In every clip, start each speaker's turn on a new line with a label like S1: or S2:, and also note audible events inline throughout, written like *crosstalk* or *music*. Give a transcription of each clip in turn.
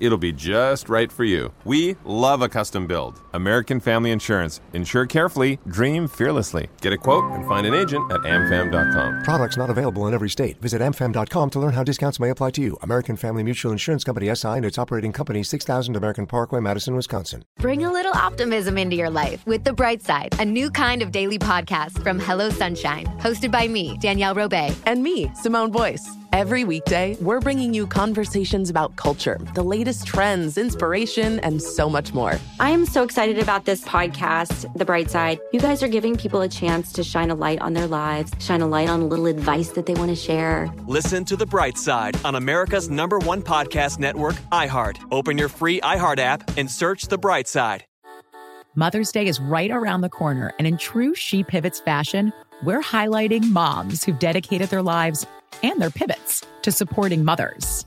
S1: It'll be just right for you. We love a custom build.
S2: American Family Insurance. Insure carefully, dream fearlessly.
S1: Get a quote and find an agent at amfam.com.
S3: Products not available in every state. Visit amfam.com to learn how discounts may apply to you. American Family Mutual Insurance Company SI and its operating company 6000 American Parkway, Madison, Wisconsin.
S4: Bring a little optimism into your life with The Bright Side, a new kind of daily podcast from Hello Sunshine, hosted by me, Danielle Robay,
S5: and me, Simone Boyce. Every weekday, we're bringing you conversations about culture, the latest trends, inspiration, and so much more.
S6: I am so excited about this podcast, The Bright Side. You guys are giving people a chance to shine a light on their lives, shine a light on a little advice that they want to share.
S7: Listen to The Bright Side on America's number one podcast network, iHeart. Open your free iHeart app and search The Bright Side.
S8: Mother's Day is right around the corner, and in true She Pivots fashion, we're highlighting moms who've dedicated their lives and their pivots to supporting mothers.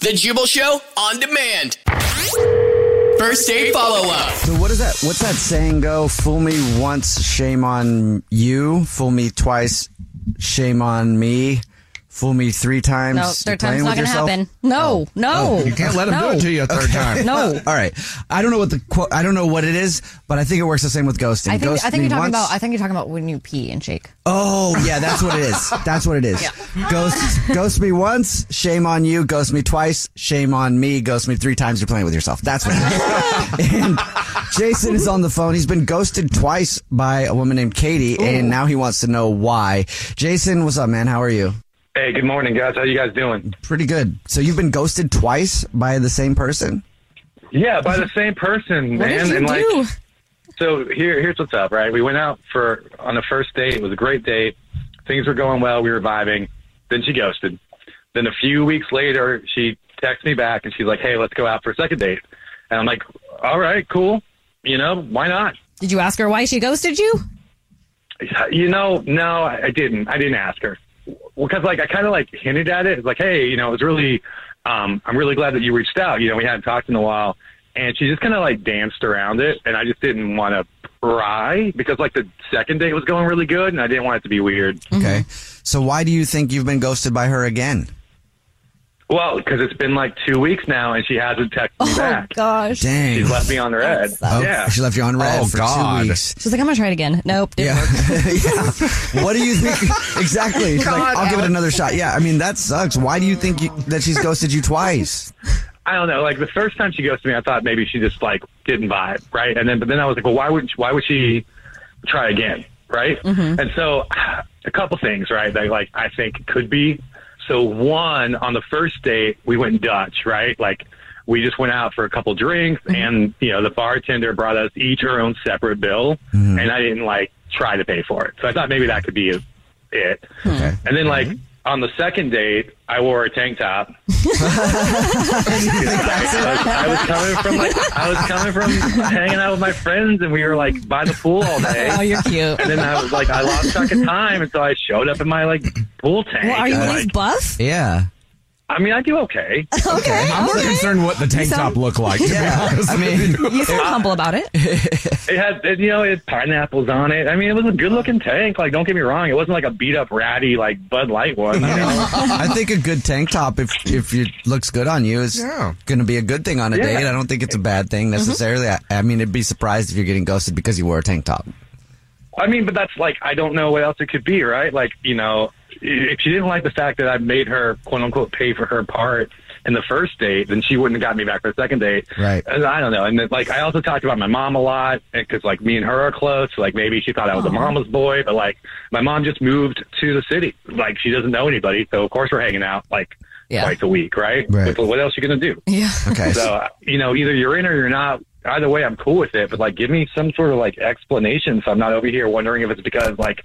S9: The Jubal Show on demand. First date follow up.
S10: So what is that? What's that saying go? Fool me once, shame on you. Fool me twice, shame on me. Fool me three times.
S11: No,
S10: You're
S11: third time's
S10: playing
S11: not
S10: with
S11: gonna
S10: yourself?
S11: happen. No, no.
S12: Oh. You can't let him do it to you a third time.
S11: *laughs* No.
S10: All right. I don't know what the quote. I don't know what it is, but I think it works the same with ghosting.
S11: I think
S10: Ghost
S11: I think
S10: me
S11: you're talking
S10: once-
S11: about I think you're talking about when you pee and shake.
S10: Oh yeah, that's what it is. That's what it is. Ghost, ghost me once, shame on you. Ghost me twice, shame on me. Ghost me three times. You're playing with yourself. That's what it is. and Jason is on the phone. He's been ghosted twice by a woman named Katie, and now he wants to know why. Jason, what's up, man? How are you?
S13: Hey, good morning, guys. How you guys doing?
S10: Pretty good. So you've been ghosted twice by the same person.
S13: Yeah, by the same person,
S11: What
S13: man.
S11: did you
S13: and like,
S11: do?
S13: so here, here's what's up, right? We went out for on the first date. It was a great date. Things were going well. We were vibing. Then she ghosted. Then a few weeks later, she texts me back and she's like, "Hey, let's go out for a second date." And I'm like, "All right, cool. You know, why not?"
S11: Did you ask her why she ghosted you?
S13: You know, no, I I didn't. I didn't ask her because, like, I kind of like hinted at it. It's like, hey, you know, it was really, um, I'm really glad that you reached out. You know, we hadn't talked in a while, and she just kind of like danced around it, and I just didn't want to pry because, like, the second date was going really good, and I didn't want it to be weird.
S10: Okay. Mm-hmm. So why do you think you've been ghosted by her again?
S13: Well, because it's been like two weeks now, and she hasn't texted me
S11: Oh
S13: back.
S11: gosh.
S10: Dang.
S13: She's left me on red.
S10: Oh,
S13: Yeah.
S10: She left you on red
S12: Oh,
S10: for
S12: God.
S10: two weeks.
S11: She's like, I'm gonna try it again. Nope. Didn't
S10: Yeah.
S11: work.
S10: *laughs* yeah.
S11: *laughs*
S10: What do you think? Exactly. She's like,
S11: God,
S10: I'll give it
S11: Alex.
S10: another shot. Yeah. I mean, that sucks. Why do you think you, that she's ghosted you twice?
S13: I don't know. Like the first time she ghosted me, I thought maybe she just like didn't vibe, right? And then, but then I was like, well, why would why would she try again, right?
S11: Mm-hmm.
S13: And so, a couple things, right? That like I think could be. So one on the first date, we went Dutch, right? Like we just went out for a couple drinks, and you know the bartender brought us each our own separate bill, and I didn't like try to pay for it. So I thought maybe that could be it.
S10: Okay.
S13: And then like on the second date, I wore a tank top. *laughs* I was coming from like I was coming from hanging out with my friends, and we were like by the pool all day.
S8: *laughs*
S11: Oh,
S13: *laughs*
S11: you're cute.
S13: and then I was like, I lost track of time, and so I showed up in my like pool tank.
S11: Well, are you
S13: and,
S11: at
S13: like,
S11: least buff?
S10: Yeah.
S13: I mean, I do okay.
S11: Okay.
S12: I'm more concerned what the tank
S11: sound-
S12: top looked like. To be
S10: Yeah.
S12: honest
S10: I
S12: with
S10: mean-
S12: you.
S11: You sound humble about it.
S13: It had, it, you know, it had pineapples on it. I mean, it was a good-looking tank. Like, don't get me wrong, it wasn't like a beat-up, ratty, like Bud Light one. You know?
S10: *laughs* I think a good tank top, if if it looks good on you, is
S12: Yeah.
S10: going to be a good thing on a
S13: Yeah.
S10: date. I don't think it's a bad thing necessarily. I, I mean, it'd be surprised if you're getting ghosted because you wore a tank top.
S13: I mean, but that's like I don't know what else it could be, right? Like, you know, if she didn't like the fact that I made her quote unquote pay for her part in the first date, then she wouldn't have got me back for the second date,
S10: Right.
S13: And I don't know. And then, like, I also talked about my mom a lot because like me and her are close. Like maybe she thought I was a mama's boy, but like my mom just moved to the city. Like she doesn't know anybody, so of course we're hanging out like
S11: Yeah.
S13: twice a week, right?
S10: Right.
S13: So what else you gonna do?
S11: Yeah.
S10: Okay.
S13: So you know, either you're in or you're not. either way, I'm cool with it. But like, give me some sort of like explanation, so I'm not over here wondering if it's because like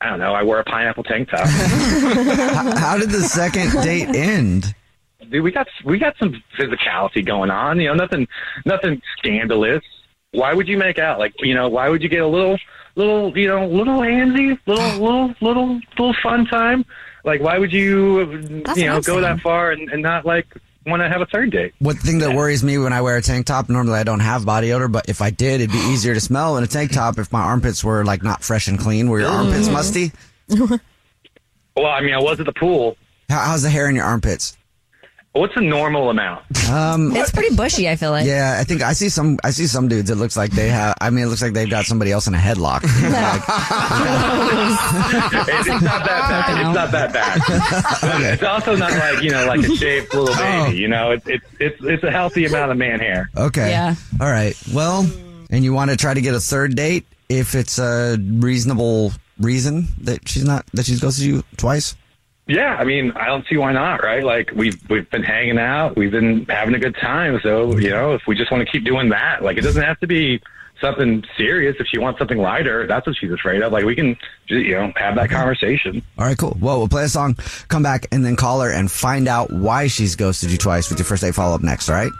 S13: I don't know, I wear a pineapple tank top.
S8: how, *laughs* how did the second date end?
S13: Dude, we got we got some physicality going on. You know, nothing nothing scandalous. Why would you make out? Like, you know, why would you get a little little you know little handsy, little little little little fun time? Like, why would you
S8: That's
S13: you
S8: what
S13: know
S8: I'm
S13: go that far and, and not like want to have a third date?
S8: One thing that worries me when I wear a tank top, normally I don't have body odor, but if I did, it'd be easier to smell in a tank top if my armpits were like not fresh and clean. Were your armpits
S13: Mhm.
S8: musty?
S13: Well, I mean, I was at the pool.
S8: How, how's the hair in your armpits?
S13: What's a normal amount?
S8: Um,
S11: It's pretty bushy, I feel like.
S8: yeah, I think I see some. I see some dudes. It looks like they have. I mean, it looks like they've got somebody else in
S11: *laughs*
S8: a headlock.
S13: it's not that bad. It's not that bad. It's also not like you know, like a shaved little baby. You know, it's it's it's it's a healthy amount of man hair.
S8: Okay.
S13: Yeah.
S8: All right. Well, and you want to try to get a third date if it's a reasonable reason that she's not that she's ghosted you twice.
S13: Yeah, I mean, I don't see why not, right? Like we've we've been hanging out, we've been having a good time. So you know, if we just want to keep doing that, like it doesn't have to be something serious. If she wants something lighter, that's what she's afraid of. Like we can, you know, have that conversation.
S8: All right, cool. Well, we'll play a song, come back, and then call her and find out why she's ghosted you twice with your first date follow up next. All right.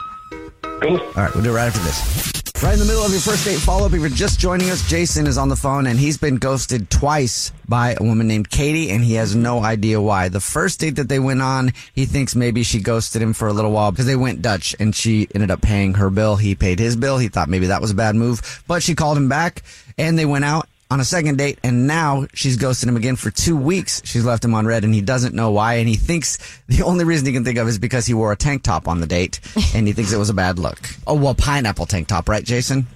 S13: Cool.
S8: All right, we'll do it right after this. Right in the middle of your first date follow up, if you're just joining us, Jason is on the phone and he's been ghosted twice by a woman named Katie and he has no idea why. The first date that they went on, he thinks maybe she ghosted him for a little while because they went Dutch and she ended up paying her bill. He paid his bill. He thought maybe that was a bad move, but she called him back and they went out on a second date and now she's ghosted him again for two weeks. She's left him on red and he doesn't know why and he thinks the only reason he can think of is because he wore a tank top on the date and he thinks it was a bad look. Oh, well, pineapple tank top, right, Jason?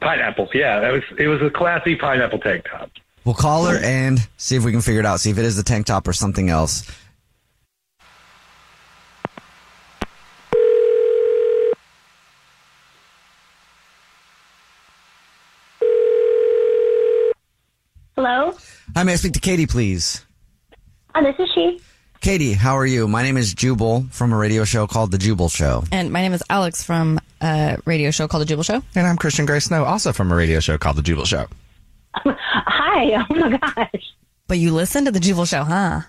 S13: Pineapples, yeah, that was it was a classy pineapple tank top.
S8: We'll call her and see if we can figure it out, see if it is the tank top or something else.
S14: Hello?
S8: Hi, may I speak to Katie, please?
S14: Oh, this is she.
S8: Katie, how are you? My name is Jubal from a radio show called The Jubal Show.
S11: And my name is Alex from a radio show called The Jubal Show.
S12: And I'm Christian Gray Snow, also from a radio show called The Jubal Show.
S14: Hi. Oh, my gosh.
S11: But you listen to The Jubal Show, huh?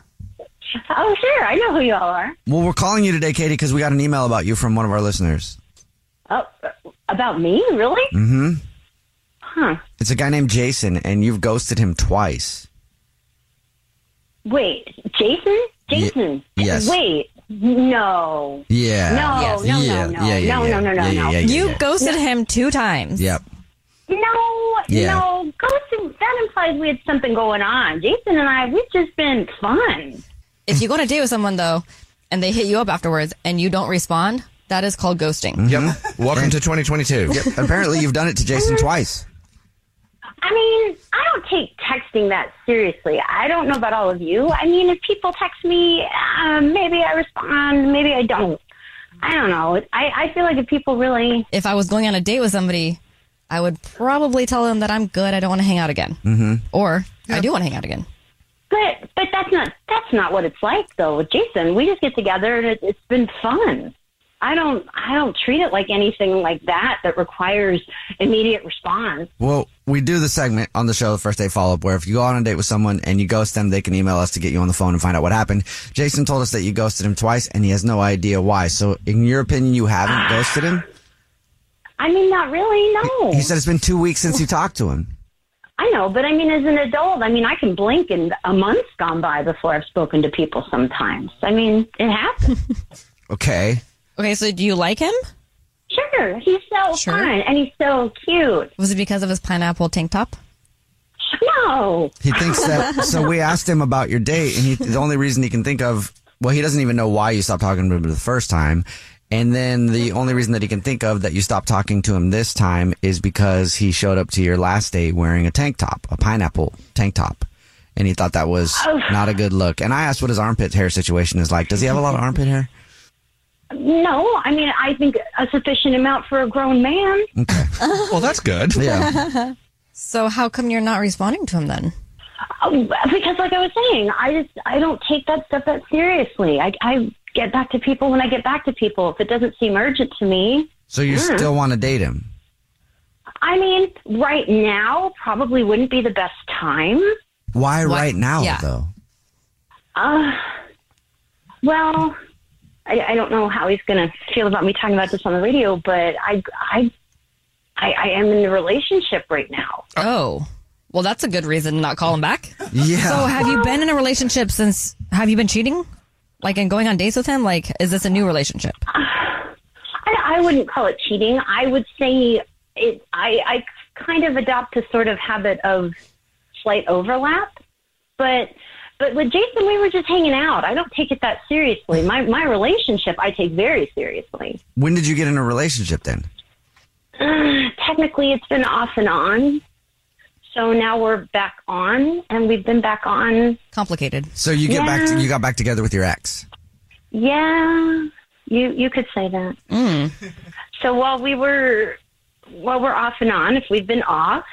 S14: Oh, sure. I know who you all are.
S8: Well, we're calling you today, Katie, because we got an email about you from one of our listeners.
S14: Oh, about me? Really?
S8: Mm-hmm.
S14: Huh.
S8: It's a guy named Jason, and you've ghosted him twice.
S14: Wait, Jason? Jason?
S8: yes.
S14: Wait. No.
S8: Yeah.
S14: No,
S8: Yes.
S14: no,
S8: Yeah,
S14: no, no.
S8: yeah, yeah,
S14: no, no,
S8: yeah.
S14: no, no,
S8: Yeah, yeah,
S14: no.
S8: yeah, yeah,
S11: You ghosted him two times.
S8: Yep.
S14: No,
S8: Yeah.
S14: no. Ghosting, that implies we had something going on. Jason and I, we've just been fun.
S11: If you go on a date with someone, though, and they hit you up afterwards and you don't respond, that is called ghosting.
S12: Mm-hmm.
S8: Yep. Welcome to 2022. *laughs* Yep. Apparently, you've done it to Jason twice.
S14: Mm-hmm. I mean, I don't take texting that seriously. I don't know about all of you. I mean, if people text me, um, maybe I respond, maybe I don't. I don't know. I, I feel like if people really.
S11: If I was going on a date with somebody, I would probably tell them that I'm good. I don't want to hang out again.
S8: Mm-hmm.
S11: Or I do want to hang out again.
S14: But but that's not that's not what it's like though. With Jason, we just get together and it, it's been fun. I don't I don't treat it like anything like that that requires immediate response.
S8: Well, we do the segment on the show, the first date follow up, where if you go on a date with someone and you ghost them, they can email us to get you on the phone and find out what happened. Jason told us that you ghosted him twice, and he has no idea why. So, in your opinion, you haven't ghosted him?
S14: I mean, not really. No.
S8: He said it's been two weeks since you talked to him.
S14: I know, but I mean, as an adult, I mean, I can blink and a month's gone by before I've spoken to people sometimes. I mean, it happens.
S8: Okay.
S11: Okay, so do you like him?
S14: Sure. He's so fun and he's so cute.
S11: Was it because of his pineapple tank top?
S14: No.
S8: He thinks that. so we asked him about your date, and he, the only reason he can think of, well, he doesn't even know why you stopped talking to him the first time. And then the only reason that he can think of that you stopped talking to him this time is because he showed up to your last date wearing a tank top, a pineapple tank top. And he thought that was not a good look. And I asked what his armpit hair situation is like. Does he have a lot of armpit hair?
S14: No, I mean, I think a sufficient amount for a grown man.
S12: Well, that's good.
S11: So how come you're not responding to him then?
S14: Oh, Because, like I was saying, I just I don't take that stuff that seriously. I, I get back to people when I get back to people. If it doesn't seem urgent to me,
S8: So you
S14: Yeah.
S8: still want to date him?
S14: I mean, right now probably wouldn't be the best time.
S8: Why right now
S14: yeah.
S8: though?
S14: Uh, well, I, I don't know how he's going to feel about me talking about this on the radio, but I, I, I, I am in a relationship right now.
S11: Oh. Well, that's a good reason to not call him back.
S8: *laughs* Yeah.
S11: So, have you been in a relationship since? Have you been cheating? Like, and going on dates with him? Like, is this a new relationship?
S14: I, I wouldn't call it cheating. I would say it. I, I kind of adopt a sort of habit of slight overlap, but but with Jason, we were just hanging out. I don't take it that seriously. My my relationship, I take very seriously.
S8: When did you get in a relationship then?
S14: Uh, *sighs* technically, it's been off and on. So now we're back on, and we've been back on.
S11: Complicated.
S8: So you get back
S14: Yeah.
S8: to, you got back together with your ex.
S14: Yeah, you you could say that.
S8: Mm.
S14: *laughs* So while we were while we're off and on, if we've been off,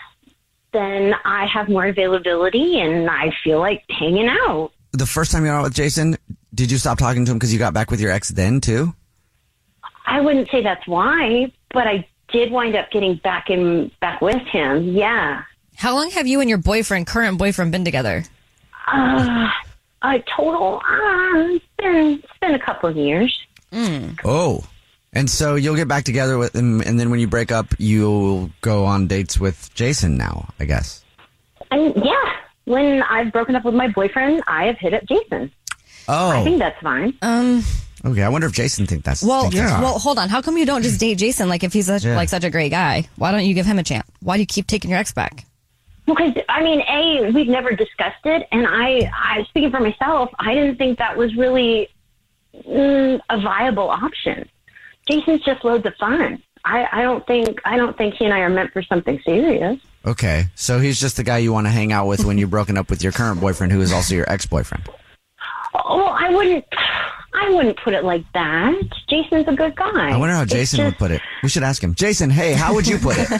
S14: then I have more availability and I feel like hanging out.
S8: The first time you went out with Jason, did you stop talking to him because you got back with your ex then too?
S14: I wouldn't say that's why, but I did wind up getting back in back with him. Yeah.
S11: How long have you and your boyfriend, current boyfriend, been together?
S14: Uh, a total uh, it's been it's been a couple of years.
S8: Oh. And so you'll get back together with him and then when you break up, you'll go on dates with Jason now, I guess.
S14: And yeah, when I've broken up with my boyfriend, I have hit up Jason. I think
S8: Oh.
S14: that's fine.
S11: Um.
S8: Okay, I wonder if Jason think that's
S11: Well,
S8: think that's-
S11: well, hold on. How come you don't just date Jason? Like, if he's such,
S8: Yeah.
S11: like such a great guy, why don't you give him a chance? Why do you keep taking your ex back?
S14: Because I mean, a we've never discussed it, and I, I speaking for myself, I didn't think that was really mm, a viable option. Jason's just loads of fun. I, I don't think I don't think he and I are meant for something serious.
S8: Okay. So he's just the guy you want to hang out with
S11: *laughs*
S8: when you're broken up with your current boyfriend who is also your ex-boyfriend.
S14: Oh, well, I wouldn't. I wouldn't put it like that. Jason's a good guy.
S8: I wonder how
S14: It's
S8: Jason
S14: just-
S8: would put it. We should ask him. Jason, hey, how would you put it?
S13: *laughs* hey,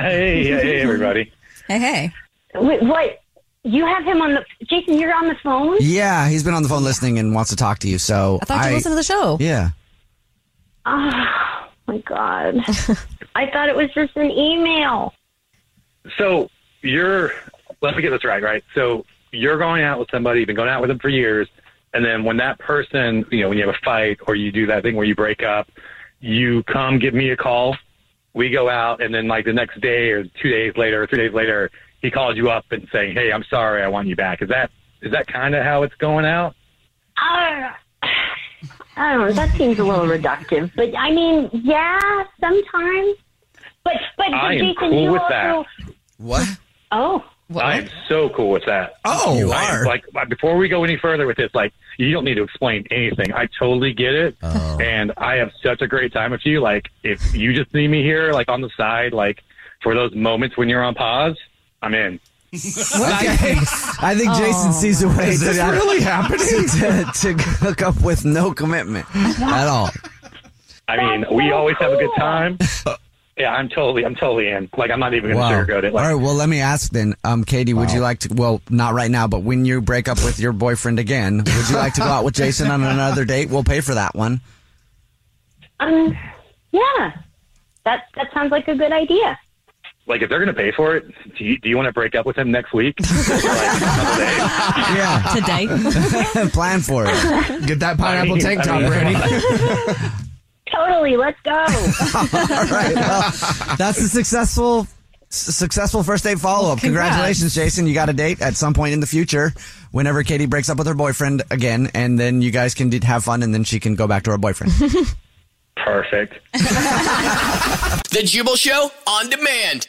S13: hey, hey, everybody.
S11: Hey, hey.
S14: Wait, what? You have him on the Jason? You're on the phone.
S8: yeah, he's been on the phone listening and wants to talk to you. So
S14: I thought you listened to the show.
S8: Yeah.
S14: Oh my god! I thought it was just an email.
S13: So you're, let me get this right, right? So you're going out with somebody, you've been going out with them for years, and then when that person, you know, when you have a fight or you do that thing where you break up, you come give me a call. We go out, and then like the next day or two days later or three days later, he calls you up and saying, "Hey, I'm sorry, I want you back." Is that is that kind of how it's going out?
S14: Uh, I don't know. That seems a little reductive, but I mean, yeah, sometimes. But but
S13: I am
S14: Jason,
S13: cool
S14: you
S13: with
S14: also
S8: What?
S14: oh
S13: I am so cool with that.
S8: Oh, you
S13: I am,
S8: are.
S13: like uh, before we go any further with this, like you don't need to explain anything. I totally get it,
S8: Oh.
S13: and I have such a great time with you. Like if you just need me here, like on the side, like for those moments when you're on pause, I'm in.
S8: *laughs* Okay. I think Jason sees a way
S13: Oh, Is
S8: to, *laughs*
S13: this really happening?
S8: to, to hook up with no commitment at all.
S13: I mean, we always have a good time. yeah, I'm totally, I'm totally in. Like I'm not even going to sugarcoat it. Like,
S8: all right. Well, let me ask then, um, Katie, would you like to? Well, not right
S13: *laughs*
S8: now, Uh, but when you break up with your boyfriend again, would you like to go out with Jason on another date? We'll pay for that one.
S14: um yeah, that that sounds like a good idea.
S13: like if they're going to pay for it, do you, do you want to break up with him
S8: *laughs*
S13: next week?
S8: Yeah,
S11: today.
S8: *laughs* Plan for it. Get that
S13: pineapple tank top ready.
S14: Totally, let's go.
S8: All right. Well, that's the successful s- successful first date *laughs* follow up.
S14: congrats.
S8: Congratulations, Jason. You got a date at some point in the future whenever Katie breaks up with her boyfriend again, and then you guys can d- have fun, and then she can go back to her boyfriend.
S13: Perfect.
S9: The Jubal Show on demand.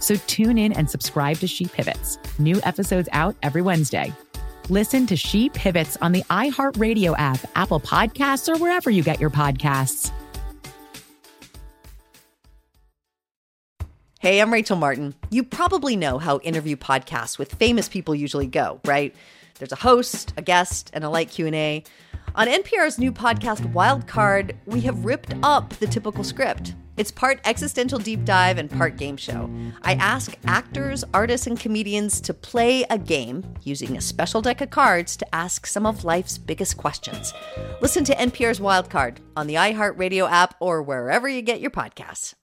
S8: So tune in and subscribe to She Pivots, new episodes out every Wednesday. Listen to She Pivots on the iHeartRadio app, Apple Podcasts, or wherever you get your podcasts.
S4: Hey, I'm Rachel Martin. You probably know how interview podcasts with famous people usually go, right? There's a host, a guest, and a light Q&A. On NPR's new podcast Wildcard, we have ripped up the typical script. It's part existential deep dive and part game show. I ask actors, artists, and comedians to play a game using a special deck of cards to ask some of life's biggest questions. Listen to NPR's Wildcard on the iHeartRadio app or wherever you get your podcasts.